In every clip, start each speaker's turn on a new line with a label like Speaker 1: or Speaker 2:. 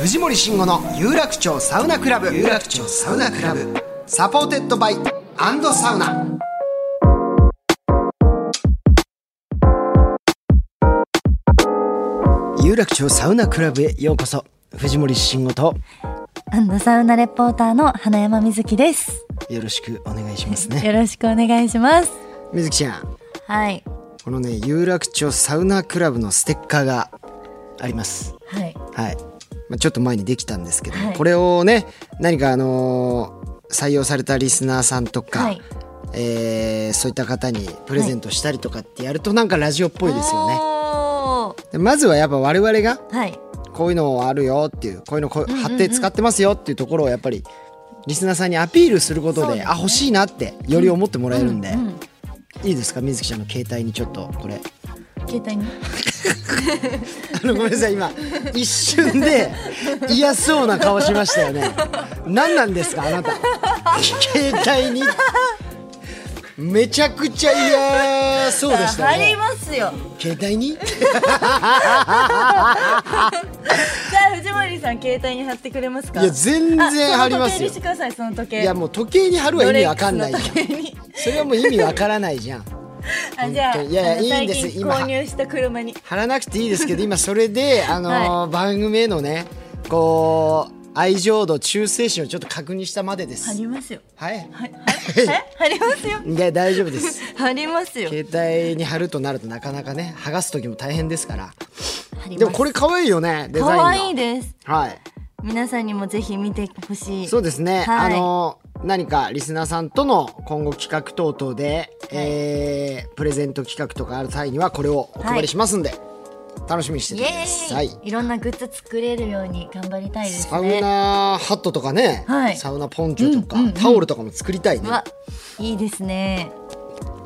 Speaker 1: 藤森慎吾の有楽町サウナクラブ有楽町サウナクラブサポーテッドバイアンドサウナ有楽町サウナクラブへようこそ藤森慎吾と
Speaker 2: アンドサウナレポーターの花山瑞希です。
Speaker 1: よろしくお願いしますね
Speaker 2: よろしくお願いします。
Speaker 1: 水木ちゃん
Speaker 2: はい。
Speaker 1: このね有楽町サウナクラブのステッカーがあります
Speaker 2: はい。
Speaker 1: はい、まあ、ちょっと前にできたんですけど、
Speaker 2: はい
Speaker 1: これをね何かあのー採用されたリスナーさんとか、
Speaker 2: はい
Speaker 1: えーそういった方にプレゼントしたりとかってやるとなんかラジオっぽいですよね。
Speaker 2: よ
Speaker 1: でまずはやっぱ我々が
Speaker 2: ね。はい。
Speaker 1: こういうのあるよっていうこういうのこう貼って使ってますよっていうところをやっぱりリスナーさんにアピールすること
Speaker 2: そう
Speaker 1: で
Speaker 2: ですね
Speaker 1: あ欲しいなってより思ってもらえるんで、
Speaker 2: うん。
Speaker 1: いいですか水木ちゃんの携帯にちょっとこれ
Speaker 2: 携帯に。
Speaker 1: あのごめんなさい今一瞬で嫌そうな顔しましたよね何なんですかあなた携帯にめちゃくちゃ嫌そうでした
Speaker 2: あり
Speaker 1: ね
Speaker 2: ますよ。
Speaker 1: 携帯に
Speaker 2: じゃあ藤森さん携帯に貼ってくれますか。
Speaker 1: いや全然貼ります
Speaker 2: あ
Speaker 1: よ
Speaker 2: その時計にしてくださいその時計。
Speaker 1: いやもう時計に貼るは意味わかん ないじゃん
Speaker 2: ロレックスの時計に
Speaker 1: それはもう意味わからないじゃん
Speaker 2: あじゃあ
Speaker 1: いやいや
Speaker 2: あの
Speaker 1: いいんです
Speaker 2: 最近
Speaker 1: 今
Speaker 2: 購入した車に。
Speaker 1: 貼らなくていいですけど今それで、あのー番組へのねこう愛情度忠誠心をちょっと確認したまでです
Speaker 2: 貼りますよ。
Speaker 1: はい
Speaker 2: はいはいはい貼りますよ。
Speaker 1: いや大丈夫です
Speaker 2: 貼りますよ。
Speaker 1: 携帯に貼るとなるとなかなかね剥がす時も大変ですから
Speaker 2: 貼ります
Speaker 1: でもこれ可愛いよねデザインが
Speaker 2: 可愛いです。
Speaker 1: はい
Speaker 2: 皆さんにもぜひ見てほしい。
Speaker 1: そうですね、
Speaker 2: はい
Speaker 1: あの何かリスナーさんとの今後企画等々で、えープレゼント企画とかある際にはこれをお配りしますんで、楽しみにして
Speaker 2: イ
Speaker 1: てくだ
Speaker 2: エ
Speaker 1: さ
Speaker 2: ー
Speaker 1: い
Speaker 2: イ、いろんなグッズ作れるように頑張りたいです
Speaker 1: サウ
Speaker 2: ね。
Speaker 1: ナハットとかね、
Speaker 2: はい
Speaker 1: サウナポンチョとか、タオルとかも作りたいね
Speaker 2: うわ、いいですね。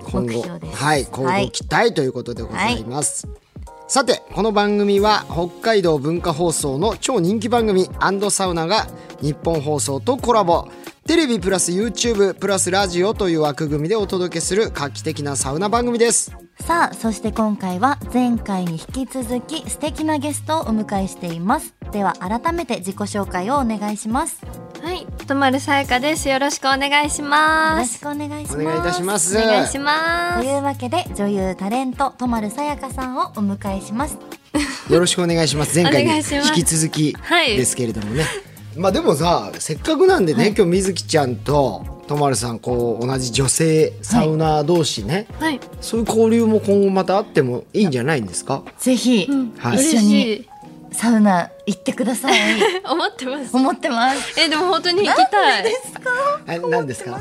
Speaker 1: 今
Speaker 2: 目
Speaker 1: 後
Speaker 2: 標です
Speaker 1: はい今
Speaker 2: は
Speaker 1: 後
Speaker 2: い
Speaker 1: 期待ということでございます、さてこの番組は北海道文化放送の超人気番組サウナが日本放送とコラボテレビプラス YouTube プラスラジオという枠組みでお届けする画期的なサウナ番組です
Speaker 2: さあ、そして今回は前回に引き続き素敵なゲストをお迎えしています。では改めて自己紹介をお願いします。よ
Speaker 3: はい、とまるさやかです。よろしくお願いしま
Speaker 2: ろし
Speaker 3: す。
Speaker 2: くお願いします。
Speaker 1: お願いいたします
Speaker 3: お願いしま
Speaker 2: というわけで女優タレントとまるさやかさんをお迎えします。
Speaker 1: よろしくお願いします前回に
Speaker 3: お願
Speaker 1: 引
Speaker 3: いします
Speaker 1: き続き
Speaker 3: はい
Speaker 1: ですけれどもね、 まあでもさせっかくなんでね、今日みずきちゃんととまるさんこう同じ女性サウナー同士ね、
Speaker 3: す。はい、
Speaker 1: そういう交流も今後またあってもいいんじゃないんですか
Speaker 2: ぜひ、
Speaker 1: はい
Speaker 2: 一
Speaker 3: 嬉
Speaker 2: 緒
Speaker 3: し
Speaker 2: に
Speaker 3: い。
Speaker 2: サウナ行ってください。
Speaker 3: 思ってます。
Speaker 2: 思ってます。
Speaker 3: え、でも本当に行きたい。
Speaker 1: え、何ですか。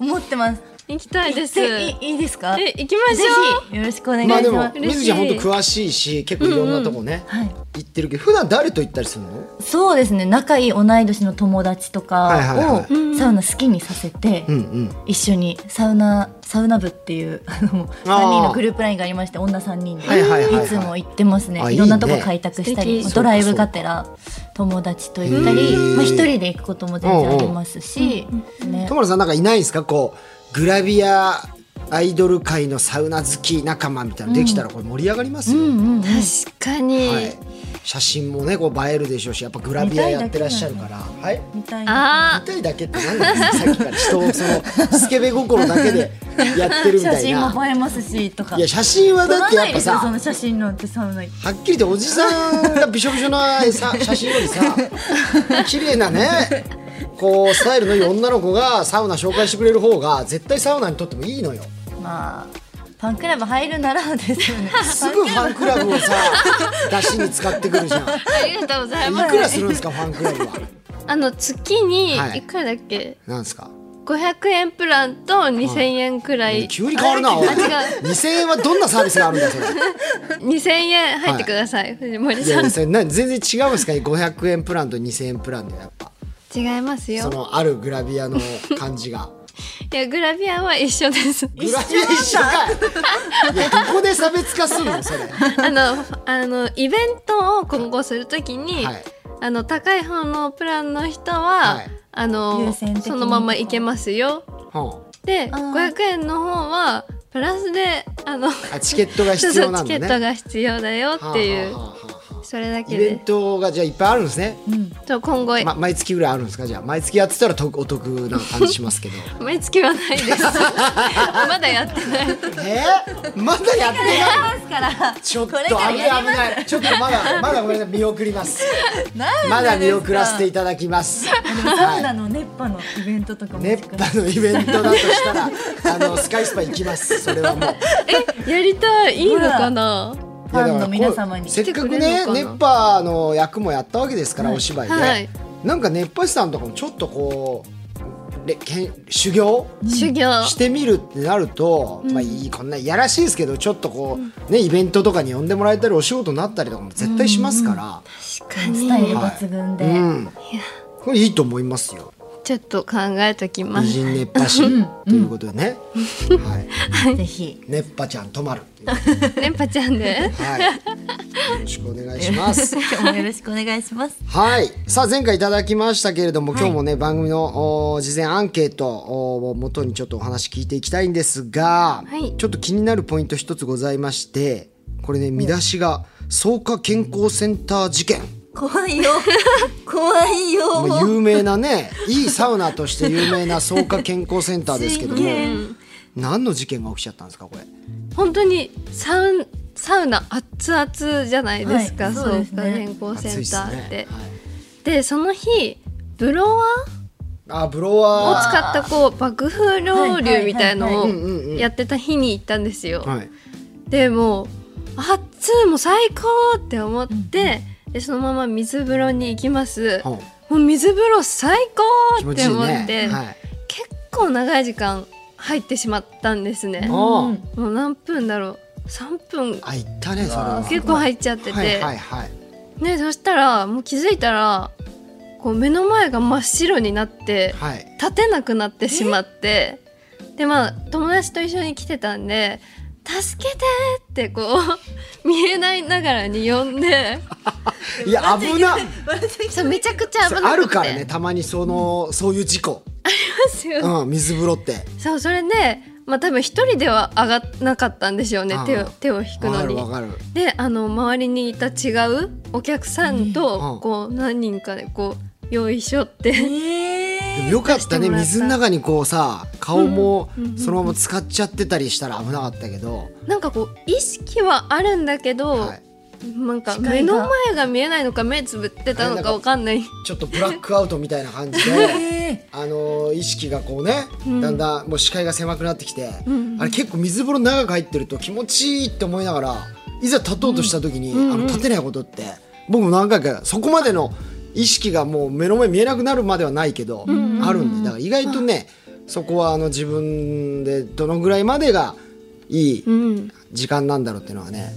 Speaker 2: 思ってます。
Speaker 3: 行きたいです。
Speaker 2: い
Speaker 3: え、
Speaker 2: いいですか？ぜ
Speaker 3: 行きましょ
Speaker 2: ひよろしくお願いし
Speaker 1: ま
Speaker 2: ま
Speaker 1: あ
Speaker 2: す。
Speaker 1: でも、
Speaker 3: 嬉しい
Speaker 1: 水ちゃん本当詳しいし、結構いろんなとこね、
Speaker 2: はい。
Speaker 1: 行ってるけど、普段誰と行ったりするの。
Speaker 2: そうですね。仲いい同い年の友達とかを、
Speaker 1: はいはいはい
Speaker 2: サウナ好きにさせて、
Speaker 1: うんうん。
Speaker 2: 一緒にサウナサウナ部っていう あの三人のグループラインがありまして、女三人で、
Speaker 1: はいはいはいはい
Speaker 2: いつも行ってますね。
Speaker 1: あ
Speaker 2: いろんない
Speaker 1: い
Speaker 2: と
Speaker 1: ね
Speaker 2: こ開拓したり、
Speaker 3: 素敵
Speaker 2: ドライブがてら友達と行った
Speaker 1: へ
Speaker 2: り、
Speaker 1: ー
Speaker 2: まあ一人で行くことも全然ありますし、ね
Speaker 1: と。もろさんなんかいないんですか、こう、グラビア。アイドル界のサウナ好き仲間みたいなのできたらこれ盛り上がりますよ、
Speaker 3: う。確か
Speaker 1: は
Speaker 3: に
Speaker 1: い。、写真もねこう映えるでしょうしやっぱグラビアやってらっしゃるからはい
Speaker 2: みたいな。
Speaker 3: あ
Speaker 1: 見たいだけって何なん ですかさっきから人をそのスケベ心だけでやってるみ
Speaker 2: 写
Speaker 1: たい
Speaker 2: 真も
Speaker 1: な
Speaker 2: 映えますしとか。
Speaker 1: いや写真は
Speaker 2: 撮
Speaker 1: だっ
Speaker 2: ら
Speaker 1: てや
Speaker 2: な
Speaker 1: っ
Speaker 2: い
Speaker 1: ぱ
Speaker 2: ですよそ
Speaker 1: さ
Speaker 2: の写真なんてサウナ行って。
Speaker 1: はっきり言っておじさんがびしょびしょなさ写真よりさ綺麗なねこうスタイルのいい女の子がサウナ紹介してくれる方が絶対サウナにとってもいいのよ
Speaker 2: まあファンクラブ入るならです よね。
Speaker 1: すぐファンクラブをさ出しに使ってくるじゃん
Speaker 3: あ、ありがとうございま
Speaker 1: いくら
Speaker 3: す。
Speaker 1: するんですかファンクラブは
Speaker 3: あの月に
Speaker 1: はい
Speaker 3: いくらだっけ？
Speaker 1: なんですか
Speaker 3: 500円プランと2000円くらい
Speaker 1: 急に変わるなおい
Speaker 3: あ違
Speaker 1: 2000円はどんなサービスがあるんだよ それ
Speaker 3: 2000円入ってください、藤森
Speaker 1: いや
Speaker 3: さ
Speaker 1: い
Speaker 3: ん
Speaker 1: やそれな全然違うんですかね500円プランと2000円プランでやっぱ
Speaker 3: 違います
Speaker 1: そ
Speaker 3: よ
Speaker 1: のあるグラビアの感じが
Speaker 3: いやグラビアは一緒です
Speaker 1: グラビア一緒かいいやどこで差別化するのそれは
Speaker 3: あのあのイベントを今後するときに、
Speaker 1: い
Speaker 3: あの高い方のプランの人は、
Speaker 1: はい
Speaker 3: あ
Speaker 2: 優
Speaker 3: の
Speaker 2: 先的に
Speaker 3: そのまま行けますよ
Speaker 1: は
Speaker 3: で
Speaker 2: あー
Speaker 3: 500円の方はプラスであの
Speaker 1: ああチケットが必要な
Speaker 3: そ
Speaker 1: ん
Speaker 3: うそうチケ
Speaker 1: だ
Speaker 3: ット
Speaker 1: ね
Speaker 3: が必要だよっていう、
Speaker 1: はあはあはあは
Speaker 3: それだ
Speaker 1: あイ
Speaker 3: け
Speaker 1: ベン
Speaker 3: で
Speaker 1: トがじゃあいっぱいあるんですね、
Speaker 2: うん、
Speaker 3: そう今後、
Speaker 1: ま、毎月ぐらいあるんですかじゃあ毎月やってたらとお得な感じしますけ ど
Speaker 3: 毎月はないで すまだやってない
Speaker 1: えー、まだやってない
Speaker 2: ですから
Speaker 1: ちょっと
Speaker 2: これ
Speaker 1: 危
Speaker 2: から
Speaker 1: ない
Speaker 2: や
Speaker 1: 危ないちょっとまだまだごめんなさい見送りますまだ見送らせていただき ます
Speaker 2: サウ
Speaker 1: は
Speaker 2: ナ
Speaker 1: い
Speaker 2: の熱波のイベントとかも
Speaker 1: 熱波のイベントだとしたらあのスカイスパ行きますそれはもう
Speaker 3: えやりたいいいのかな
Speaker 2: ファンの皆様に
Speaker 1: いやだからこうせっかくね
Speaker 3: 来てくれる
Speaker 1: 熱
Speaker 3: のかな
Speaker 1: 波の役もやったわけですから、お芝居で、
Speaker 3: はい
Speaker 1: なんか熱波師さんとかもちょっとこうれけん修行
Speaker 3: 修行
Speaker 1: してみるってなると、まあいいこんないやらしいですけどちょっとこう、ねイベントとかに呼んでもらえたりお仕事になったりとかも絶対しますから、
Speaker 3: 確か
Speaker 2: ス
Speaker 3: に
Speaker 2: タイル抜群で、
Speaker 1: うんこれいいと思いますよ
Speaker 3: ちょっと考えときま
Speaker 1: 美
Speaker 3: す
Speaker 1: 人熱波師ということでね、はい、
Speaker 2: ぜひ
Speaker 1: 熱波ちゃん止まる、
Speaker 3: 連覇ちゃんで
Speaker 1: はい、よろしくお願いします
Speaker 2: 今日もよろしくお願いします
Speaker 1: はい。さあ、前回いただきましたけれども、今日もね、番組のお事前アンケートおを元にちょっとお話聞いていきたいんですが、
Speaker 3: はい
Speaker 1: ちょっと気になるポイント一つございまして、これね、見出しが、草加健康センター事件。
Speaker 2: 怖いよ怖いよ
Speaker 1: まあ有名なね、 いいサウナとして有名な草加健康センターですけども
Speaker 2: すげえ、
Speaker 1: 何の事件が起きちゃったんですか、これ。
Speaker 3: 本当にサウンサウナ熱々じゃないですか、
Speaker 2: はい
Speaker 3: そ
Speaker 2: そう
Speaker 3: う
Speaker 2: です
Speaker 3: か
Speaker 2: ね
Speaker 3: 健康セ
Speaker 1: 暑いっ
Speaker 3: ン
Speaker 1: す
Speaker 3: ターっ
Speaker 1: ね
Speaker 3: て。
Speaker 1: はい
Speaker 3: でその日ブロワ
Speaker 1: あ、ブロワ
Speaker 3: ーを使ったこう爆風
Speaker 2: は
Speaker 3: 浪
Speaker 2: いはいはいは
Speaker 3: 流
Speaker 2: い
Speaker 3: みたいのを
Speaker 1: うんうんうん
Speaker 3: やってた日に行ったんですよ。
Speaker 1: はい。
Speaker 3: でもう熱いもう最高って思って、でそのまま水風呂に行きます。
Speaker 1: ほう
Speaker 3: もう水風呂最
Speaker 1: 気
Speaker 3: 高
Speaker 1: 持
Speaker 3: っ
Speaker 1: ちい
Speaker 3: て
Speaker 1: い
Speaker 3: 思って、
Speaker 1: ね。はい。
Speaker 3: 結構長い時間入ってしまったんですね。
Speaker 1: あー
Speaker 3: もう何分だろう3分
Speaker 1: あ、行ったね、それは。
Speaker 3: 結構入っちゃってて、
Speaker 1: はいはいはい。
Speaker 3: ね、そしたらもう気づいたらこう目の前が真っ白になって
Speaker 1: はい。
Speaker 3: 立てなくなってしまってでまあ友達と一緒に来てたんで「助けて!」ってこう 見えないながらに呼ん で
Speaker 1: いや危な
Speaker 3: そうめちゃくちゃ危なくて
Speaker 1: あるからねたまにその、そういう事故、
Speaker 3: ですよ
Speaker 1: うん、水風呂って
Speaker 3: そうそれで、まあ、多分一人では上がんなかったんでしょうね
Speaker 1: あー
Speaker 3: 手を手を引く
Speaker 1: わ
Speaker 3: の
Speaker 1: かる
Speaker 3: に
Speaker 1: わ。かる
Speaker 3: であの周りにいた違うお客さん
Speaker 1: うんうん
Speaker 3: とこう何人かでこうよいしょって
Speaker 1: でもよかったね
Speaker 2: え
Speaker 3: 出してもらった
Speaker 1: 水の中にこうさ顔もそのまま使っちゃってたりしたら危なかったけど、
Speaker 3: なんかこう意識はあるんだけど、
Speaker 1: はい、
Speaker 3: なんか
Speaker 2: 視界
Speaker 3: 目
Speaker 2: が
Speaker 3: の前が見えないのか目つぶってたのかわかんない
Speaker 1: ちょっとブラックアウトみたいな感じ
Speaker 2: ー、
Speaker 1: で
Speaker 2: え
Speaker 1: あのー意識がこうねだんだんもう視界が狭くなってきて、あれ結構水風呂長く入ってると気持ちいいって思いながらいざ立とうとした時に、あの立てないことって僕も何回かそこまでの意識がもう目の前見えなくなるまではないけど、あるんでだから意外とね、そこはあの自分でどのぐらいまでがいい
Speaker 3: うん
Speaker 1: 時間なんだろうっていうのはね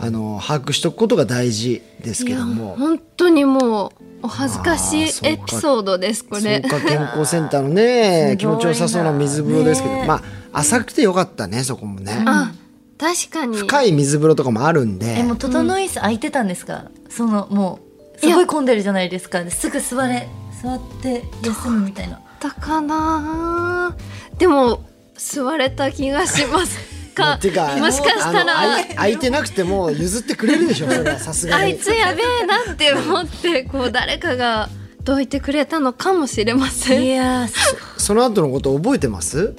Speaker 1: あの把握しとくことが大事ですけども。
Speaker 3: 本当にもうお恥ずかしい
Speaker 1: あーそう
Speaker 3: エ
Speaker 1: か
Speaker 3: ピソードですこれ
Speaker 1: そうか健康センターのね気持ちよさそうな水風呂ですけど、
Speaker 2: ね
Speaker 1: まあ浅くてよかったねそこもね、
Speaker 3: あ確かに
Speaker 1: 深い水風呂とかもあるんで
Speaker 2: えもう整い椅子空いてたんですか、そのもうすごい混んでるじゃないですかすぐ座れ座って休むみたいな
Speaker 3: だったかなでも座れた気がし ます
Speaker 1: まあ
Speaker 3: か
Speaker 1: てか
Speaker 3: もしかしたら
Speaker 1: あのあい空いてなくても譲ってくれるでしょそれはさすが
Speaker 3: あ
Speaker 1: に
Speaker 3: いつやべえなって思ってこう誰かがどいてくれたのかもしれません
Speaker 2: いやーす
Speaker 1: その後のこと覚えてます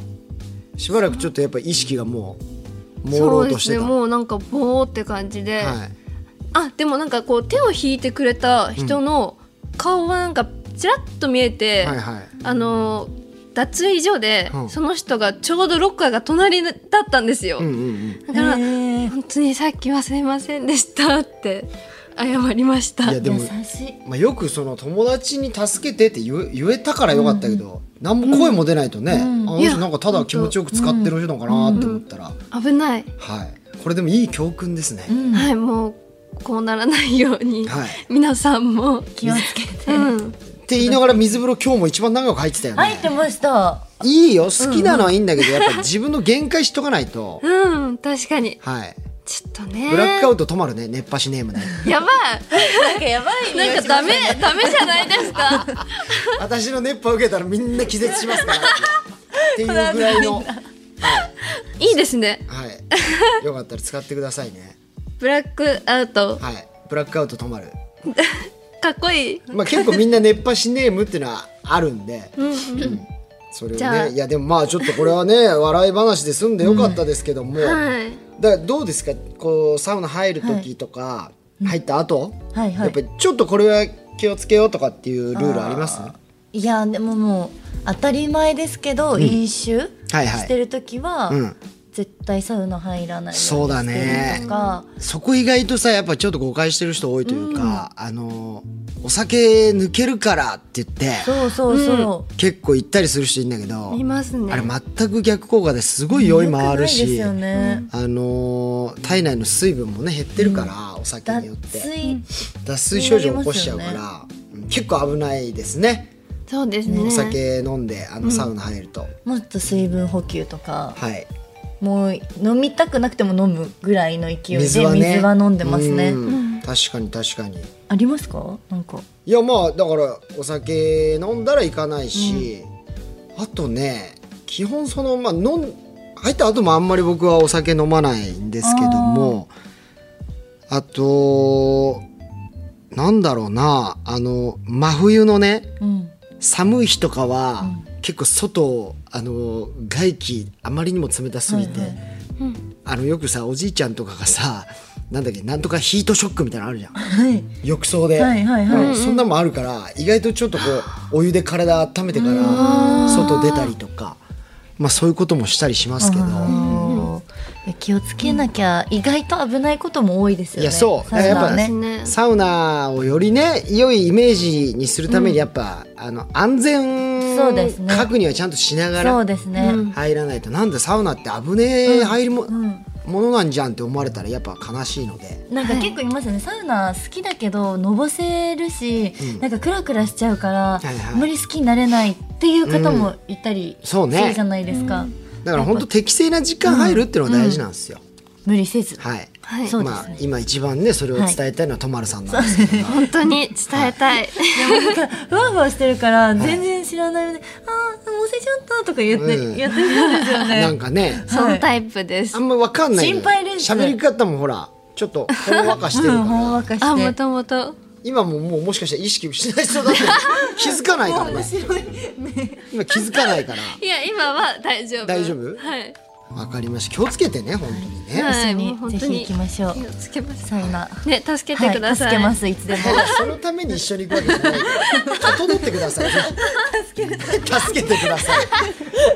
Speaker 1: しばらくちょっとやっぱ意識がもう朦
Speaker 3: そう
Speaker 1: 朧
Speaker 3: で
Speaker 1: とし
Speaker 3: す
Speaker 1: て
Speaker 3: ね
Speaker 1: た、
Speaker 3: もうなんかボーって感じで、
Speaker 1: はい、
Speaker 3: あでもなんかこう手を引いてくれた人の顔はなんかちらっと見えて、
Speaker 1: はいはい
Speaker 3: あのー脱衣所で
Speaker 1: うん
Speaker 3: その人がちょうどロッカーが隣だったんですよ、
Speaker 1: うんうんうん
Speaker 3: だから、
Speaker 2: えー
Speaker 3: 本当にさっきはすいませんでしたって謝りました
Speaker 1: いやでも
Speaker 2: 優、しい
Speaker 1: まあ、よくその友達に助けてって言え言えたからよかったけど、何も声も出ないとね、あの
Speaker 3: い
Speaker 1: 人
Speaker 3: や
Speaker 1: なんかただ気持ちよく使ってる人なのかなって思ったら、
Speaker 3: 危ない、
Speaker 1: はいこれでもいい教訓ですね、
Speaker 2: うん
Speaker 3: はいもうこうならないように、
Speaker 1: はい
Speaker 3: 皆さんも、
Speaker 2: 気をつけて
Speaker 3: うん、
Speaker 1: って言いながら水風呂今日も一番長く入ってたよね、
Speaker 2: 入ってました
Speaker 1: いいよ好きなのはいいんだけど、やっぱ自分の限界しとかない と
Speaker 3: うん、確かに
Speaker 1: はい
Speaker 3: ちょっとね
Speaker 1: ブラックアウト止まるね熱波師ネームね
Speaker 3: やば
Speaker 2: なんかやばい
Speaker 3: いなんかダメダメじゃないで すか
Speaker 1: 私の熱波受けたらみんな気絶しますからっていうぐらいの
Speaker 3: いいですね
Speaker 1: はいよかったら使ってくださいね
Speaker 3: ブラックアウト
Speaker 1: はいブラックアウト止まる
Speaker 3: かっこいい
Speaker 1: まあ結構みんな熱波師ネームっていうのはあるんで、うんそれを
Speaker 3: じゃあ
Speaker 1: ねいやでもまあちょっとこれはね笑い話で済んでよかったですけども、
Speaker 3: はい
Speaker 1: だからどうですかこうサウナ入る時とか、入った後、
Speaker 2: はいは
Speaker 1: や
Speaker 2: い
Speaker 1: っぱりちょっとこれは気をつけようとかっていうルールあります
Speaker 2: いやでももう当たり前ですけど、飲酒
Speaker 1: はいはい
Speaker 2: してる時は、
Speaker 1: うん
Speaker 2: 絶対サウナ入らないように
Speaker 1: そうだね
Speaker 2: してるとか、
Speaker 1: そこ意外とさやっぱちょっと誤解してる人多いというか、あのお酒抜けるからって言って
Speaker 2: そうそうそう、
Speaker 1: 結構行ったりする人いるんだけど、
Speaker 3: いますね
Speaker 1: あれ全く逆効果ですごい酔いもある
Speaker 2: 良くないで
Speaker 1: し、
Speaker 2: すよね、
Speaker 1: あのー体内の水分もね減ってるから、お酒によって
Speaker 2: 脱水、
Speaker 1: 脱水症状起こしちゃうから、うん結構危ないですね
Speaker 3: そうですね
Speaker 1: お酒飲んであのサウナ入ると、
Speaker 2: もっと水分補給とか、
Speaker 1: はい
Speaker 2: もう飲みたくなくても飲むぐらいの勢いで水
Speaker 1: 水
Speaker 2: は,、
Speaker 1: はね
Speaker 2: 飲んでますね、
Speaker 1: うん確かに確かに
Speaker 2: ありますかなんか
Speaker 1: いやまあだからお酒飲んだら行かないし、あとね基本そのまあ飲ん入った後もあんまり僕はお酒飲まないんですけどもあとなんだろうなあの真冬のね
Speaker 2: うん
Speaker 1: 寒い日とかは、結構外あの外気あまりにも冷たすぎて、
Speaker 2: はいはい
Speaker 1: あのよくさおじいちゃんとかがさなんだっけなんとかヒートショックみたいなのあるじ ゃん
Speaker 2: はい
Speaker 1: 浴槽で、
Speaker 2: はいはいはい
Speaker 1: うんそんなのもあるから意外とちょっとこうお湯で体温めてから外出たりとか、まあ、そういうこともしたりしますけど。
Speaker 2: いや気をつけなきゃ、意外と危ないことも多いですよね
Speaker 1: いやそう
Speaker 2: サウナは
Speaker 1: やっ
Speaker 2: ね
Speaker 1: ぱ
Speaker 3: ね
Speaker 1: サウナをよりね良いイメージにするためにやっぱ、あの安
Speaker 2: そうです
Speaker 1: 全
Speaker 2: ね
Speaker 1: 確認はちゃんとしながら
Speaker 2: そうですね、
Speaker 1: 入らないとなんでサウナって危ねえ入るも,、ものなんじゃんって思われたらやっぱ悲しいので
Speaker 2: なんか結構いますよね、サウナ好きだけどのぼせるし、なんかクラクラしちゃうから、
Speaker 1: いはい
Speaker 2: あんまり好きになれないっていう方もいたりす
Speaker 1: そう
Speaker 2: る
Speaker 1: ね
Speaker 2: じゃないですか、
Speaker 1: だから本当適正な時間入るっていうのが大事なんですよ、
Speaker 2: 無理せず、
Speaker 1: はい、
Speaker 3: はい
Speaker 2: そうです
Speaker 1: まあ
Speaker 2: ね
Speaker 1: 今一番ねそれを伝えたいのはとまるさんなんですけど、
Speaker 3: 本当に伝えたい、
Speaker 2: ふわふわしてるから全然知らないので、あーもう忘れちゃったとか言って、
Speaker 1: うん
Speaker 2: やってるんですよ ね
Speaker 1: なんかね
Speaker 3: そのタイプです、
Speaker 1: あんま分かんないのよ
Speaker 2: 心配です
Speaker 1: 喋り方もほらちょっとほんわかしてるか
Speaker 2: うんほ
Speaker 1: ら
Speaker 2: んわかして
Speaker 3: あもともと
Speaker 1: 今ももうもしかしたら意識しない人だって気づかない からね
Speaker 2: 白いね
Speaker 1: 今気づかないから
Speaker 3: いや今は大丈夫
Speaker 1: 大丈夫
Speaker 3: はい
Speaker 1: 分かりました気をつけてね本当にね、
Speaker 3: はい
Speaker 2: 一緒
Speaker 3: もう本
Speaker 2: に
Speaker 3: 当に
Speaker 2: ぜひ行きましょう
Speaker 3: 気をつけます
Speaker 2: サウナ
Speaker 3: ね助けてください、
Speaker 2: はい、助けますいつでも
Speaker 1: ただそのために一緒に行くわけじゃない から整ってください助けてください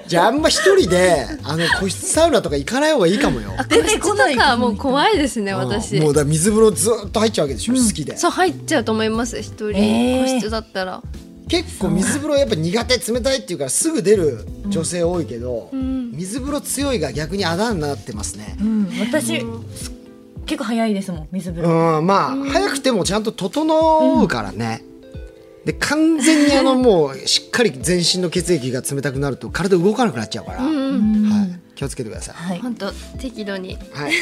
Speaker 1: じゃああんま一人であの個室サウナとか行かない方がいいかもよ
Speaker 2: 出てこない
Speaker 3: とかもう怖いですね私
Speaker 1: うんもうだから水風呂ずっと入っちゃうわけでしょ、好きで
Speaker 3: そう入っちゃうと思います一
Speaker 2: え
Speaker 3: 人、
Speaker 2: ー
Speaker 3: 個室だったら
Speaker 1: 結構水風呂やっぱ苦手冷たいっていうからすぐ出る女性多いけど、水風呂強いが逆にあだになってますね
Speaker 2: うん、私、す結構早いですもん水風
Speaker 1: う
Speaker 2: 呂、
Speaker 1: ん、まあ、早くてもちゃんと整うからね、で完全にあのもうしっかり全身の血液が冷たくなると体動かなくなっちゃうから、はい、気をつけてください、
Speaker 2: はい
Speaker 3: 本当適度に
Speaker 1: はい、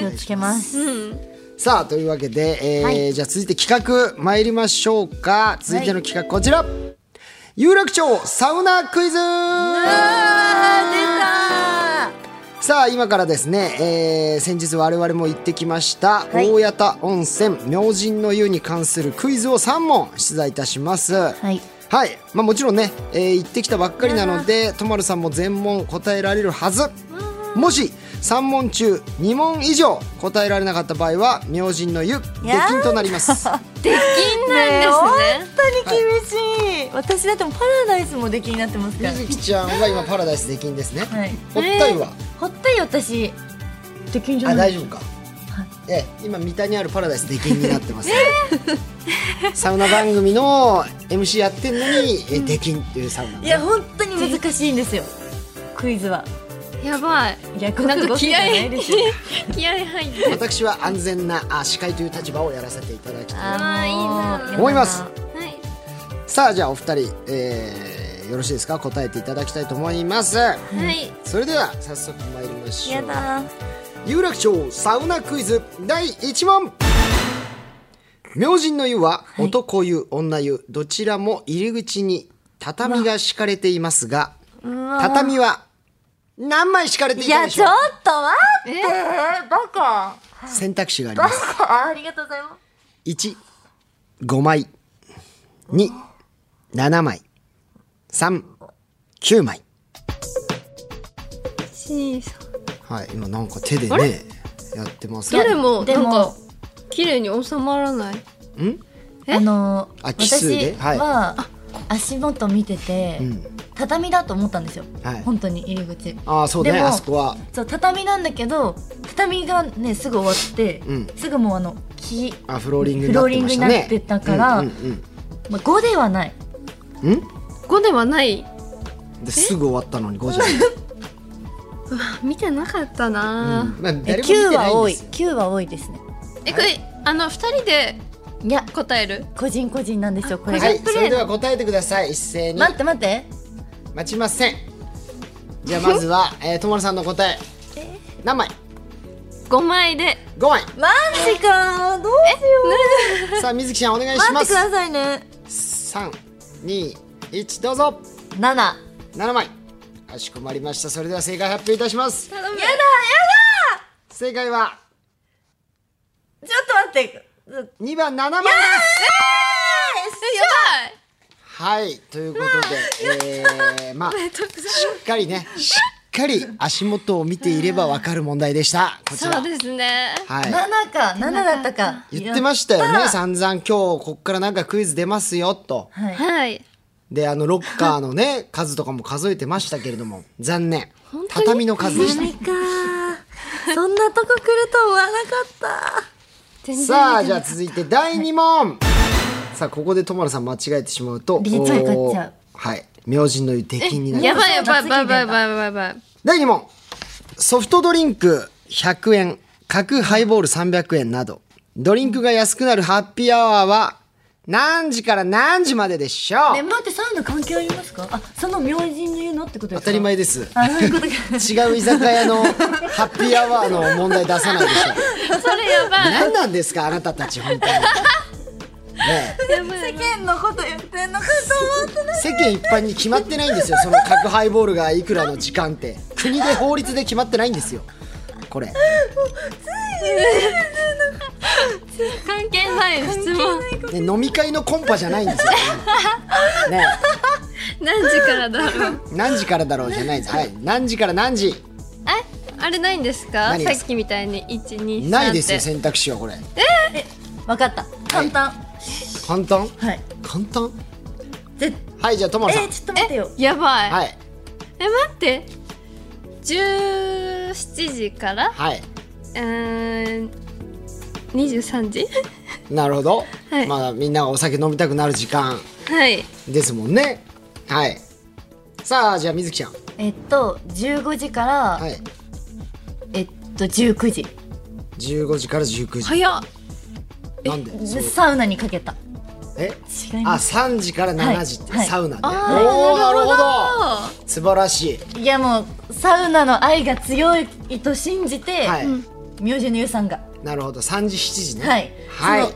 Speaker 2: 気をつけます
Speaker 1: さあというわけで、えー
Speaker 2: はい
Speaker 1: じゃあ続いて企画参りましょうか続いての企画こちら、有楽町サウナクイズさあ今からですね、えー先日我々も行ってきました、
Speaker 2: い
Speaker 1: 大谷田温泉明神の湯に関するクイズを3問出題いたしますはい、
Speaker 2: はい
Speaker 1: まあ、もちろんね、えー行ってきたばっかりなのでとまるさんも全問答えられるはずもし3問中2問以上答えられなかった場合は明神の湯出禁となります
Speaker 3: できないです
Speaker 2: 本
Speaker 3: ね
Speaker 2: 当に厳しい、私だってもうパラダイスも出来になってますか
Speaker 1: ゆ
Speaker 2: ら
Speaker 1: ずきちゃんは今パラダイス出禁ですね、
Speaker 2: はい
Speaker 1: おったいは、
Speaker 2: ほったい私出来んじゃ
Speaker 1: あ
Speaker 2: ない
Speaker 1: 大丈夫かええ今三田にあるパラダイス出禁になってます、 サウナ番組の MC やってんのに、え出禁っていうサウナ、
Speaker 2: いや本当に難しいんですよクイズは
Speaker 3: やばい
Speaker 2: いやこんなことじゃないですよ
Speaker 3: 気合入ってる
Speaker 1: 私は安全なあ司会という立場をやらせていただきたい
Speaker 2: あのー
Speaker 3: いいな
Speaker 1: 思います
Speaker 3: はい
Speaker 1: さあじゃあお二人、えーよろしいですか答えていただきたいと思います
Speaker 3: はい
Speaker 1: それでは早速参りましょ
Speaker 2: や
Speaker 1: う
Speaker 2: だ
Speaker 1: 有楽町サウナクイズ第1問明神の湯は男湯女湯どちらも入り口に畳が敷かれていますが畳は何枚敷かれてい
Speaker 2: い
Speaker 1: た
Speaker 2: や
Speaker 1: で
Speaker 2: ち
Speaker 1: し
Speaker 2: ょ
Speaker 1: ょ
Speaker 2: っ
Speaker 1: う
Speaker 2: と待ってバカ
Speaker 1: 選択肢があります
Speaker 2: あありがとうございます
Speaker 1: 15枚27枚39枚
Speaker 3: シーさん
Speaker 1: はい今なんか手でねやってます
Speaker 3: どれも
Speaker 2: で
Speaker 3: なん
Speaker 2: も
Speaker 3: か綺麗に収まらないえ
Speaker 2: あのー
Speaker 1: あ奇数で
Speaker 2: 私は、足元見てて、
Speaker 1: うん
Speaker 2: 畳だと思ったんですよ、
Speaker 1: はい
Speaker 2: 本当に入り口
Speaker 1: ああそうね
Speaker 2: でも
Speaker 1: あそこは
Speaker 2: そう畳なんだけど畳がねすぐ終わって、
Speaker 1: うん
Speaker 2: すぐもうあの木、
Speaker 1: あフローリングになってましたね
Speaker 2: フローリングになってたから
Speaker 1: うんうん
Speaker 2: まあ、5ではない
Speaker 1: うんうん
Speaker 3: 5ではない
Speaker 1: ですぐ終わったのに5時ま
Speaker 3: うわ見てなかったな、
Speaker 1: あ誰も見
Speaker 2: え
Speaker 1: て
Speaker 2: 9
Speaker 1: な
Speaker 2: はい
Speaker 1: ん
Speaker 2: 多い
Speaker 1: ですよ
Speaker 2: 9は多いですね
Speaker 3: えこれあの二人で
Speaker 2: いや
Speaker 3: 答える
Speaker 2: 個人個人なんですよこれが、
Speaker 1: はい
Speaker 3: プレイ
Speaker 1: それでは答えてください一斉に
Speaker 2: 待って待って
Speaker 1: 待ちませんじゃあまず はえーともるさんの答え何枚
Speaker 3: 5枚で
Speaker 1: 5枚
Speaker 2: マジかどう
Speaker 1: さあみずきちゃんお願い
Speaker 2: 待
Speaker 1: し
Speaker 2: っ
Speaker 1: ま
Speaker 2: てく
Speaker 1: す
Speaker 2: ださいね
Speaker 1: 三、二、一、どうぞ。
Speaker 2: 7や
Speaker 1: 七枚。かしこまりました。それでは正解発表いたします。
Speaker 3: 頼む
Speaker 1: 正解は
Speaker 2: だちょっと待って
Speaker 1: 二番七枚です。はい、ということで、えー、まあ、しっかりね、しっかり足元を見ていればわかる問題でした。こち
Speaker 3: そ
Speaker 1: ら
Speaker 3: う。ですね
Speaker 1: はい。
Speaker 2: 7か7だったか
Speaker 1: 言ってましたよね、散々今日ここからなんかクイズ出ますよと。
Speaker 2: はい
Speaker 3: はい
Speaker 1: で、あのロッカーの ね、数とかも数えてましたけれども、残念。畳の数で した。
Speaker 2: かそんなとこ来ると思わなかった
Speaker 3: 全然
Speaker 1: さあじゃあ続いて第2問、さあここでトマルさん間違えてしまうと
Speaker 2: リーチが勝っちゃう
Speaker 1: おーはい明神の湯出禁になり
Speaker 3: や
Speaker 1: ます
Speaker 3: ばいやばいやばいやばいやばいやばい
Speaker 1: 第2問ソフトドリンク100円角ハイボール300円などドリンクが安くなるハッピーアワーは何時から何時まででしょ
Speaker 2: え
Speaker 1: う
Speaker 2: 待ってサウナ関係ありますかあその明神の湯のってことで
Speaker 1: 当
Speaker 2: すか
Speaker 1: たり前です
Speaker 2: あそういうことか
Speaker 1: 違う居酒屋のハッピーアワーの問題出さないでしょ
Speaker 3: それやばい
Speaker 1: 何なんですかあなたたち本当にねえ
Speaker 2: 世間のこと言ってんのかと思って
Speaker 1: 世間一般に決まってないんですよその核ハイボールがいくらの時間って国で法律で決まってないんですよこれ
Speaker 3: 関係ない質問
Speaker 1: ね飲み会のコンパじゃないんですよね
Speaker 3: 何時からだろう
Speaker 1: 何時からだろうじゃないですはい何時から何時
Speaker 3: えあれないんですか
Speaker 1: 何ですか
Speaker 3: さっきみたいに一二
Speaker 1: ないですよ
Speaker 3: 三って
Speaker 1: 選択肢はこれ
Speaker 2: わかった簡単
Speaker 1: 簡単
Speaker 2: はい
Speaker 1: 簡単
Speaker 2: ぜ
Speaker 1: はいじゃあトマ
Speaker 2: え
Speaker 1: ルさん
Speaker 2: ー、ちょっと待ってよ
Speaker 3: やばい、
Speaker 1: はい
Speaker 3: え待って17時から
Speaker 1: はいう
Speaker 3: ーん23時
Speaker 1: なるほど、
Speaker 3: はい
Speaker 1: まあみんながお酒飲みたくなる時間
Speaker 3: はい
Speaker 1: ですもんねはいさあじゃあみずきちゃん
Speaker 2: えっと15時から、
Speaker 1: はい
Speaker 2: えっと19時
Speaker 1: 15時から19時
Speaker 3: 早っ
Speaker 1: なんでそう
Speaker 2: サウナにかけた
Speaker 1: え
Speaker 2: 違い
Speaker 1: あ
Speaker 2: ます
Speaker 1: 3時から7時って、
Speaker 2: はい
Speaker 1: サウナで、
Speaker 3: あー
Speaker 1: おおなるほど
Speaker 3: あ
Speaker 1: 素晴らしい、
Speaker 2: いやもうサウナの愛が強いと信じて、
Speaker 1: はい
Speaker 2: 明治の湯さんが
Speaker 1: なるほど3時7時ね
Speaker 2: はい
Speaker 1: はい
Speaker 2: そ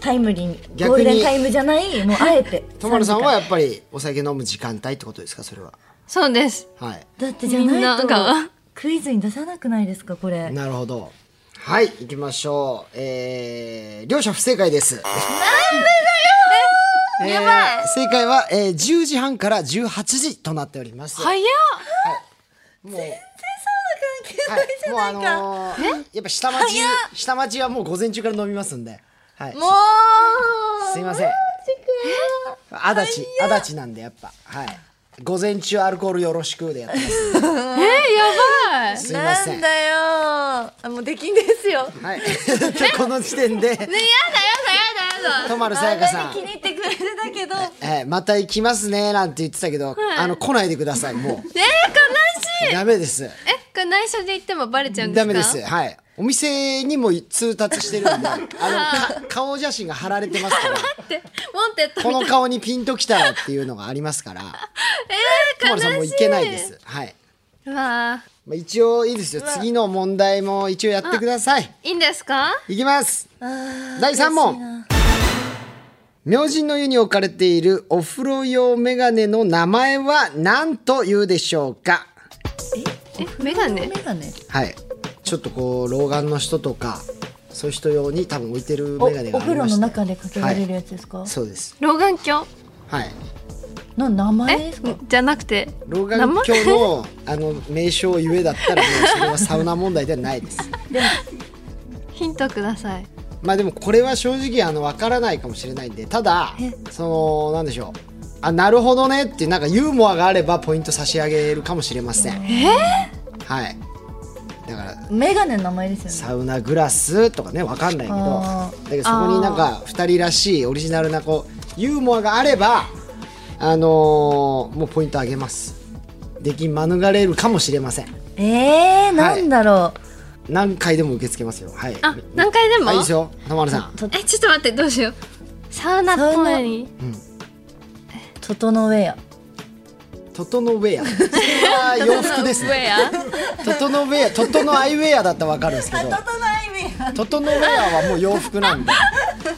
Speaker 2: タイムリーに
Speaker 1: 逆に
Speaker 2: ゴールデンタイムじゃないもうあえて
Speaker 1: とまるさんは
Speaker 2: 3
Speaker 1: やっぱりお酒飲む時間帯ってことですかそれは
Speaker 3: そうです
Speaker 1: はい
Speaker 2: 時間だってじゃな
Speaker 3: みんないが
Speaker 2: とクイズに出さなくないですかこれ
Speaker 1: なるほどはい行きましょうえー、両者不正解ですなんでだよ、えー、正解は、えー、10時半から18時となっております
Speaker 3: 早っ
Speaker 1: もう全然サウナ関係ないじゃないか、はい、もうあのーやっぱ下町下町はもう午前中から飲みますんではい
Speaker 2: もう
Speaker 1: すいません。足立、足立なんでやっぱ。はい。午前中アルコールよろしくでやってます。
Speaker 3: ばい
Speaker 1: すいま
Speaker 4: な
Speaker 1: せ
Speaker 4: ん
Speaker 1: ん。
Speaker 4: だよあもうできんですよ
Speaker 1: はい。 この時点で、
Speaker 3: ねやだやだやだやだ
Speaker 1: とまるさ
Speaker 4: あ
Speaker 1: や
Speaker 4: ん
Speaker 1: か
Speaker 4: なに
Speaker 1: さ
Speaker 4: 気
Speaker 1: ん、
Speaker 4: に入ってくれてたけど
Speaker 1: えーまた行きますねなんて言ってたけど、あの来ないでください。も
Speaker 3: えー、悲しいう
Speaker 1: ダメです。
Speaker 3: えこれ内緒で言ってもバレちゃうんです
Speaker 1: ダ
Speaker 3: か
Speaker 1: メです。はい。お店にも通達してる んで、あのか顔写真が貼られてますから。
Speaker 3: ってモンテッド
Speaker 1: こ
Speaker 3: みたい
Speaker 1: の顔にピンときたよっていうのがありますから、
Speaker 3: え
Speaker 1: トマ
Speaker 3: ー、
Speaker 1: ルさんも
Speaker 3: 悲
Speaker 1: う
Speaker 3: しい
Speaker 1: いけないです。はい。
Speaker 3: うわ
Speaker 1: まあ、一応いいですよ。次の問題も一応やってください。
Speaker 3: ーいいんですか
Speaker 1: いきます。第3問。明神の湯に置かれているお風呂用メガネの名前は何というでしょうか
Speaker 3: えメガネ
Speaker 4: メガネ
Speaker 1: はい。ちょっとこう、老眼の人とか、そういう人用に多分置いてるメガネ
Speaker 4: お
Speaker 1: が
Speaker 4: お
Speaker 1: あ
Speaker 4: 風
Speaker 1: り
Speaker 4: 呂
Speaker 1: まして
Speaker 4: の中でかけられる
Speaker 1: は
Speaker 4: やつですか、
Speaker 1: い、そうです。
Speaker 3: 老眼鏡
Speaker 1: はい。
Speaker 4: の名前
Speaker 3: え
Speaker 4: ですか
Speaker 3: じゃなくて
Speaker 1: 老眼鏡のあの名称ゆえだったらもうそれはサウナ問題ではないです。
Speaker 3: ヒントください
Speaker 1: まあでもこれは正直あのわからないかもしれないんでただそのなんでしょうあなるほどねっていうなんかユーモアがあればポイント差し上げるかもしれません。はいだから
Speaker 4: メガネの名前ですよね
Speaker 1: サウナグラスとかねわかんないけどだ
Speaker 4: あ
Speaker 1: けどそこになんか2人らしいオリジナルなこうユーモアがあればあのーもうポイントあげます。でき免れるかもしれません。
Speaker 4: えー、なんだろ
Speaker 1: 何回でも受け付けますよ。はい。
Speaker 3: あ何回でも
Speaker 1: あいいですよ、田丸さん。
Speaker 4: う、と
Speaker 3: えちょっと待ってどうしようサウナっぽ
Speaker 4: サウナ
Speaker 3: い
Speaker 4: トトノウェア
Speaker 1: トトノウェア。それは洋服です
Speaker 3: ウ
Speaker 1: ね。
Speaker 3: ェア
Speaker 1: トトノウェア、トトノアイウェアだったらわかるんですけど。
Speaker 4: トノアイウェア
Speaker 1: トトノウェアはもう洋服なんで。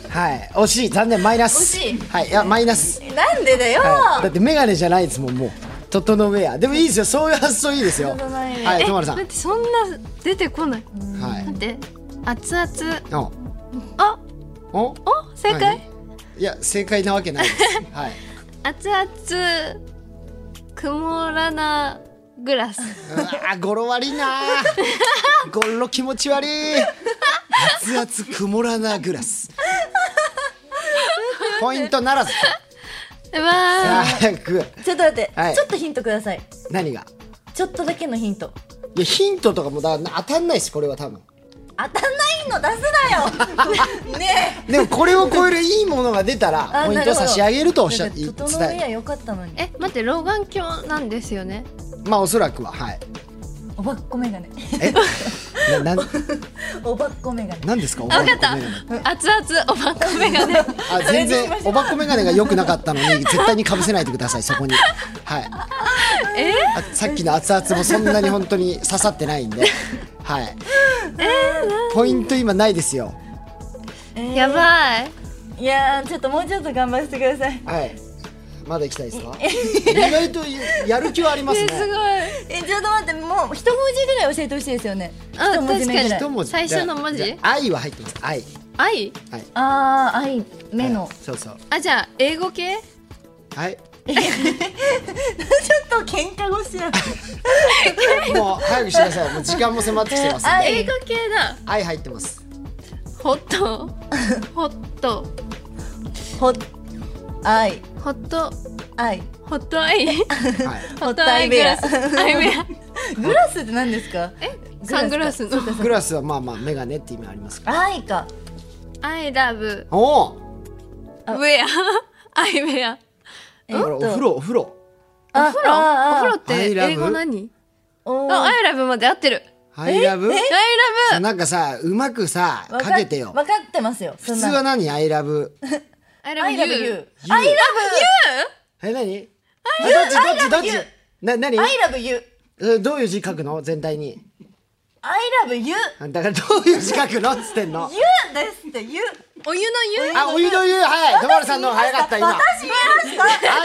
Speaker 1: はい、惜しい、残念、マイナス。
Speaker 4: 惜しい
Speaker 1: はい、いや、マイナス。
Speaker 4: なんでだよ、
Speaker 1: はい、だってメガネじゃないですもん、もう。トトノウェア、でもいいですよ、そういう発想いいですよ。
Speaker 4: トトノアイウェア
Speaker 1: はい、
Speaker 3: え
Speaker 1: とまる
Speaker 3: 待
Speaker 1: さん。は
Speaker 3: っ
Speaker 1: い
Speaker 3: てそんな出てこない。待って熱々
Speaker 1: お、
Speaker 3: あ
Speaker 1: お、
Speaker 3: お正解
Speaker 1: 何。いや、正解なわけないです。はい。
Speaker 3: 熱々曇らなグラス
Speaker 1: うわー語呂悪いなー語呂気持ち悪い熱々曇らなグラスポイントならず
Speaker 3: うわ
Speaker 1: 早く
Speaker 4: ちょっと待って、
Speaker 1: はい
Speaker 4: ちょっとヒントください
Speaker 1: 何が
Speaker 4: ちょっとだけのヒント
Speaker 1: いやヒントとかもだ当たんないしこれは多分
Speaker 4: 当たんないの出すなよ ね
Speaker 1: でもこれを超えるいいものが出た
Speaker 4: え
Speaker 1: らポイント差し上げるとおっしゃ
Speaker 4: なんか
Speaker 1: い伝
Speaker 4: トトノウェア
Speaker 1: え
Speaker 4: 良かったのに
Speaker 3: ーえ待って老眼鏡なんですよね
Speaker 1: まあおそらくははい
Speaker 4: おばっこメガネ
Speaker 1: え ななん
Speaker 4: おばっこメガネ
Speaker 1: なんですかおば
Speaker 3: あ
Speaker 1: っ
Speaker 3: 分かった
Speaker 1: こメガネ
Speaker 3: 熱々おばっこメガネえ
Speaker 1: あ全然おばっこメガネが良くなかったのに絶対に被せないでくださいそこにはいあさっきの熱々もそんなに本当に刺さってないんで、はい。ポイント今ないですよ。
Speaker 3: ーやばい
Speaker 4: いやーちょっともうちょっと頑張ってください
Speaker 1: はい。まだ行きたいですか？意外とやる気はあります
Speaker 3: え
Speaker 1: ね。
Speaker 3: すごい
Speaker 4: えちょっと待ってもう一文字ぐらい教えてほしいですよね
Speaker 3: あ
Speaker 4: 一文字目ぐらい
Speaker 1: 一文字。
Speaker 3: 最初の文字
Speaker 1: じゃあじゃあ愛は入ってます。愛。
Speaker 3: 愛
Speaker 1: はい。
Speaker 4: あー愛目の、
Speaker 1: はいそうそう。
Speaker 3: あじゃあ英語系
Speaker 1: はい。
Speaker 4: ちょっと喧嘩腰や
Speaker 1: もう早くしてください。もう時間も迫ってき てます。
Speaker 4: 愛
Speaker 3: 英語系だ
Speaker 1: 愛入っ てます。
Speaker 3: ホットホット
Speaker 4: ほ愛
Speaker 3: ホット
Speaker 4: 愛
Speaker 3: ホットアイ
Speaker 1: はい。
Speaker 3: ホ
Speaker 4: ットアイ
Speaker 3: グ
Speaker 4: ベ
Speaker 3: ラ
Speaker 4: ア
Speaker 3: スアイベア
Speaker 4: グラスって何ですか
Speaker 3: えサングラスの
Speaker 1: グラスはまあまあメガネって意味ありますか
Speaker 4: 愛か
Speaker 3: I love
Speaker 1: ら。おお。
Speaker 4: あ
Speaker 3: wear ア イベア
Speaker 4: え
Speaker 1: だからお風呂お風呂。
Speaker 4: あお
Speaker 3: お風呂お風呂っ
Speaker 1: I
Speaker 3: て
Speaker 1: love
Speaker 3: 英語何
Speaker 4: おー
Speaker 3: あ I love まで合ってる
Speaker 1: はいラブ。
Speaker 3: I love
Speaker 1: なんかさうまくさ
Speaker 4: わ
Speaker 1: かけてよ。
Speaker 4: 分かってますよ
Speaker 1: 普通は
Speaker 4: な
Speaker 1: 何アイラブ。
Speaker 3: I
Speaker 4: 愛
Speaker 3: love
Speaker 4: ラブ
Speaker 3: you
Speaker 4: ユー
Speaker 1: I love you! え、なにどっちどっちどっち
Speaker 4: you
Speaker 1: な、なに
Speaker 4: 愛ラブユー
Speaker 1: えどういう字書くの全体に。
Speaker 4: 愛ラブユー
Speaker 1: だからどういう字書くのっつってんの。
Speaker 4: ユーですってユー
Speaker 3: お湯の湯
Speaker 1: あ、お湯の湯はい。とまるさんの方が早かった、今。
Speaker 4: 私言いました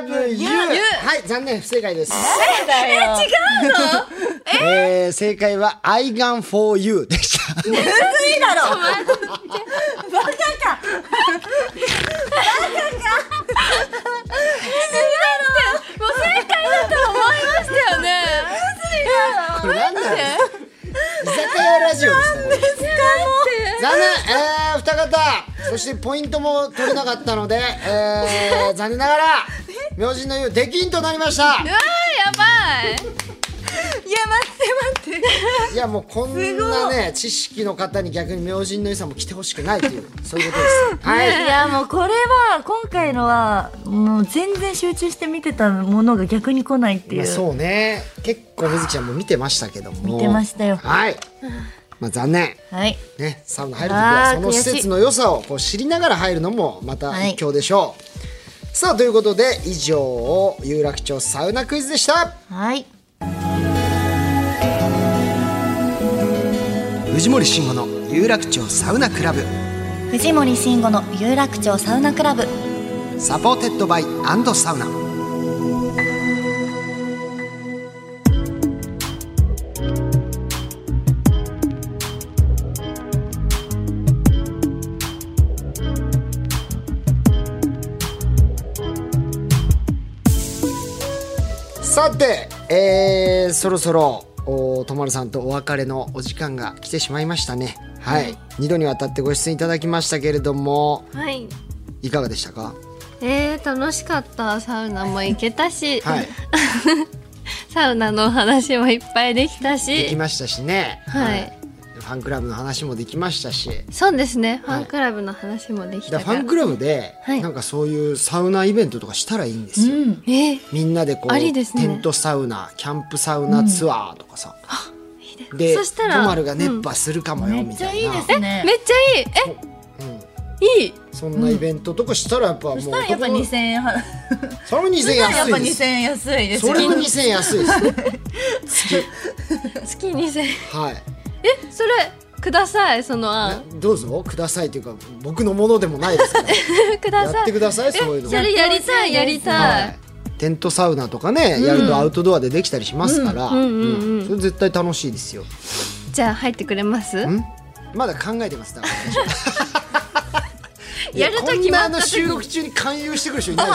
Speaker 1: I love you!
Speaker 3: ゆ
Speaker 1: はい、残念、不正解です。
Speaker 4: そうだよ違う
Speaker 1: えー、正解は I gun for you でした。
Speaker 4: いいだろバカか
Speaker 3: もう正解だと思いましたよね
Speaker 1: これなんなんですか居酒屋ラジオですから、ね。残念、えー、二方そしてポイントも取れなかったので、えー、残念ながら明神の湯できんとなりました
Speaker 3: ば
Speaker 4: 待って待って
Speaker 1: いやもうこんなね知識の方に逆に明神の湯さんも来てほしくないというそういうことですはい
Speaker 4: いやもうこれは今回のはもう全然集中して見てたものが逆に来ないってい
Speaker 1: ま
Speaker 4: う
Speaker 1: あそうね結構みずきちゃんも見てましたけども
Speaker 4: 見てましたよ
Speaker 1: はいまあ残念
Speaker 4: はい
Speaker 1: ねサウナ入るときは
Speaker 4: あー
Speaker 1: その施
Speaker 4: 悔し
Speaker 1: 設
Speaker 4: い
Speaker 1: の良さをこう知りながら入るのもまた一興でしょう、さあということで以上有楽町サウナクイズでした
Speaker 4: はい
Speaker 1: 藤森慎吾の有楽町サウナクラブ
Speaker 2: 藤森慎吾の有楽町サウナクラブ
Speaker 1: サポーテッドバイサウナさて、えーそろそろおとまるさんとお別れのお時間が来てしまいましたねはい、二度にわたってご出演いただきましたけれども
Speaker 3: いはい
Speaker 1: いかがでしたか
Speaker 3: えー、楽しかったサウナも行けたし、
Speaker 1: はい
Speaker 3: サウナのお話もいっぱいできた
Speaker 1: でき
Speaker 3: し
Speaker 1: ましたしね、
Speaker 3: はい
Speaker 1: ファンクラブの話もできましたし
Speaker 3: そうですねフ
Speaker 1: はい
Speaker 3: ァンクラブの話もでき
Speaker 1: だ
Speaker 3: た
Speaker 1: フ
Speaker 3: から
Speaker 1: ァンクラブで、
Speaker 3: はい
Speaker 1: なんかそういうサウナイベントとかしたらいいんですよ、
Speaker 3: えー、
Speaker 1: みんなでこう
Speaker 3: ありですね
Speaker 1: テントサウナキャンプサウナツアーとかさ、で
Speaker 3: そしたら
Speaker 1: トマルが熱波するかもよみたいな、
Speaker 4: ね
Speaker 3: めっちゃいいえ、いい
Speaker 1: そんなイベントとかしたらやっぱもう、
Speaker 4: したらやっぱ
Speaker 1: 男の
Speaker 4: 2000円払う
Speaker 1: それも2000円
Speaker 4: やっぱ
Speaker 1: 安いです
Speaker 4: 2000円安いです
Speaker 1: そ
Speaker 4: よ
Speaker 1: れも2000円安いです
Speaker 3: 月2000円
Speaker 1: はい
Speaker 3: えそれくださいその案
Speaker 1: どうぞくださいというか僕のものでもないですから
Speaker 3: くだ
Speaker 1: やっ
Speaker 3: さ
Speaker 1: て
Speaker 3: い
Speaker 1: くださいそういうの
Speaker 3: それやりたいやりたい、
Speaker 1: テントサウナとかね、やるとアウトドアでできたりしますから、うんそれ絶対楽しいですよ。
Speaker 3: じゃあ入ってくれます
Speaker 1: まだ考えてますだから私
Speaker 3: やると決まった時に
Speaker 1: いやこんなあの収録中に勧誘してくる人いないです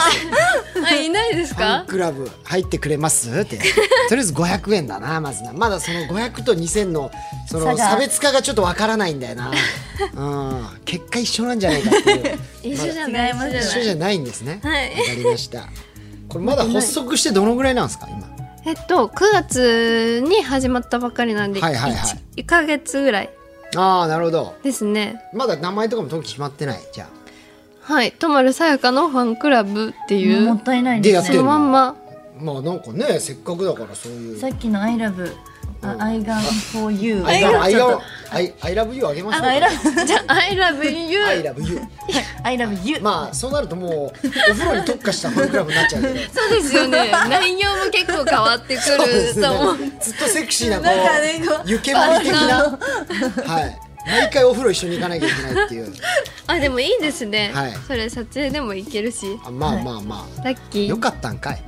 Speaker 1: よ。
Speaker 3: あいないです
Speaker 1: ファン
Speaker 3: か
Speaker 1: クラブ入ってくれますって。とりあえず500円だなまずな。まだその500と2000のその
Speaker 4: 差が
Speaker 1: 差別化がちょっとわからないんだよ な。うん結果一緒なんじゃないかっていう。
Speaker 3: 一緒じゃない
Speaker 4: まだ違い
Speaker 3: 一
Speaker 1: 一
Speaker 3: 緒じ
Speaker 1: 緒
Speaker 3: ゃ
Speaker 1: じ
Speaker 3: な
Speaker 1: ゃ
Speaker 3: い
Speaker 1: ないんですね。わ、
Speaker 3: はい
Speaker 1: かりました。これまだ発足してどのぐらいなんですか今。
Speaker 3: えっと9月に始まったばかりなんで、
Speaker 1: はいはいはい
Speaker 3: 1か月ぐらい
Speaker 1: ああなるほど。
Speaker 3: ですね
Speaker 1: まだ名前とかも特に決まってないじゃ
Speaker 3: はい「とまるさやかのファンクラブ」ってい
Speaker 4: もっ
Speaker 3: う
Speaker 4: たいない
Speaker 1: あ。
Speaker 4: ね
Speaker 1: でやって
Speaker 3: そ
Speaker 1: る
Speaker 3: の
Speaker 1: の。
Speaker 3: まんま
Speaker 1: まあなんかねせっかくだからそういう。
Speaker 4: さっきの「I love」あ「I gun for you」
Speaker 1: アイラブアイ
Speaker 4: ちょっ
Speaker 1: ラ
Speaker 4: と
Speaker 1: アイラブユーあげましょう
Speaker 4: あ I
Speaker 1: か。
Speaker 4: love
Speaker 3: じゃあ「ILOVEYOU
Speaker 1: アイラブユー。
Speaker 4: I love you
Speaker 1: まあそうなるともうお風呂に特化したファンクラブになっちゃうけど。」
Speaker 3: そうですよ ね内容も結構変わってくると思う
Speaker 1: ずっとセクシーなこ
Speaker 4: なんかねこ
Speaker 1: う湯煙的な。はい。毎回お風呂一緒に行かなきゃいけないっていう。
Speaker 3: あでもいいですね、
Speaker 1: はい
Speaker 3: それ撮影でもいけるし
Speaker 1: あまあまあまあ。
Speaker 3: ラッキー
Speaker 1: よかったんかい。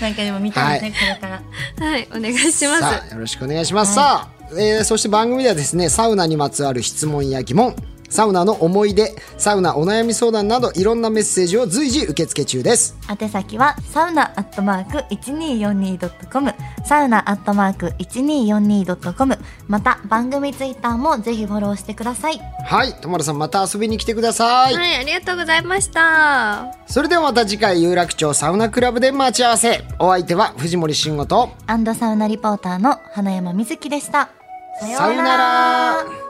Speaker 4: なんかでも見たいですね、
Speaker 1: は
Speaker 4: これから
Speaker 3: はいお願いします
Speaker 1: さあよろしくお願いします、さあ、えーそして番組ではですねサウナにまつわる質問や疑問サウナの思い出サウナお悩み相談などいろんなメッセージを随時受付中です
Speaker 4: 宛先はサウナアットマーク 1242.com サウナアットマーク 1242.com また番組ツイッターもぜひフォローしてください
Speaker 1: はいとまるさんまた遊びに来てください、
Speaker 3: はい、ありがとうございました。
Speaker 1: それではまた次回有楽町サウナクラブで待ち合わせお相手は藤森慎吾と
Speaker 4: アンドサウナリポーターの花山瑞希でした
Speaker 1: さようなら